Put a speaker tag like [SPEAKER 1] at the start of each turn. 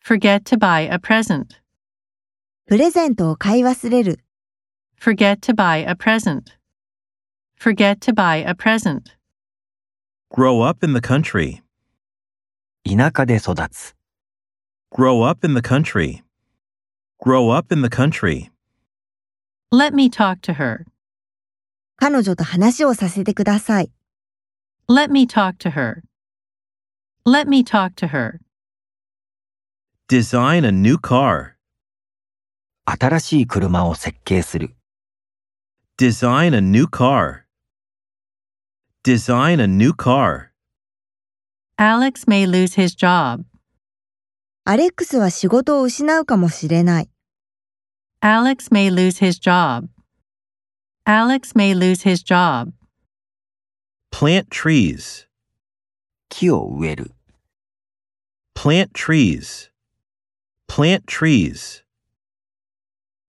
[SPEAKER 1] Forget to buy a present.
[SPEAKER 2] プレゼントを買い忘れる。
[SPEAKER 1] Forget to buy a present. Forget to buy a present.
[SPEAKER 3] Grow up in the country.
[SPEAKER 4] 田舎で育つ。
[SPEAKER 3] Grow up in the country. Grow up in the country.
[SPEAKER 1] Let me talk to her.
[SPEAKER 2] 彼女と話をさせてください。
[SPEAKER 1] Let me talk to her. Let me talk to her.
[SPEAKER 3] Design a new car.
[SPEAKER 4] 新しい車を設計する。
[SPEAKER 3] Design a new car. Design a new car.
[SPEAKER 1] Alex may lose his job.
[SPEAKER 2] アレックスは仕事を失うかもしれない。
[SPEAKER 1] Alex may lose his job. Alex may lose his job.
[SPEAKER 3] Plant trees.
[SPEAKER 4] 木を植える。
[SPEAKER 3] Plant trees. Plant trees.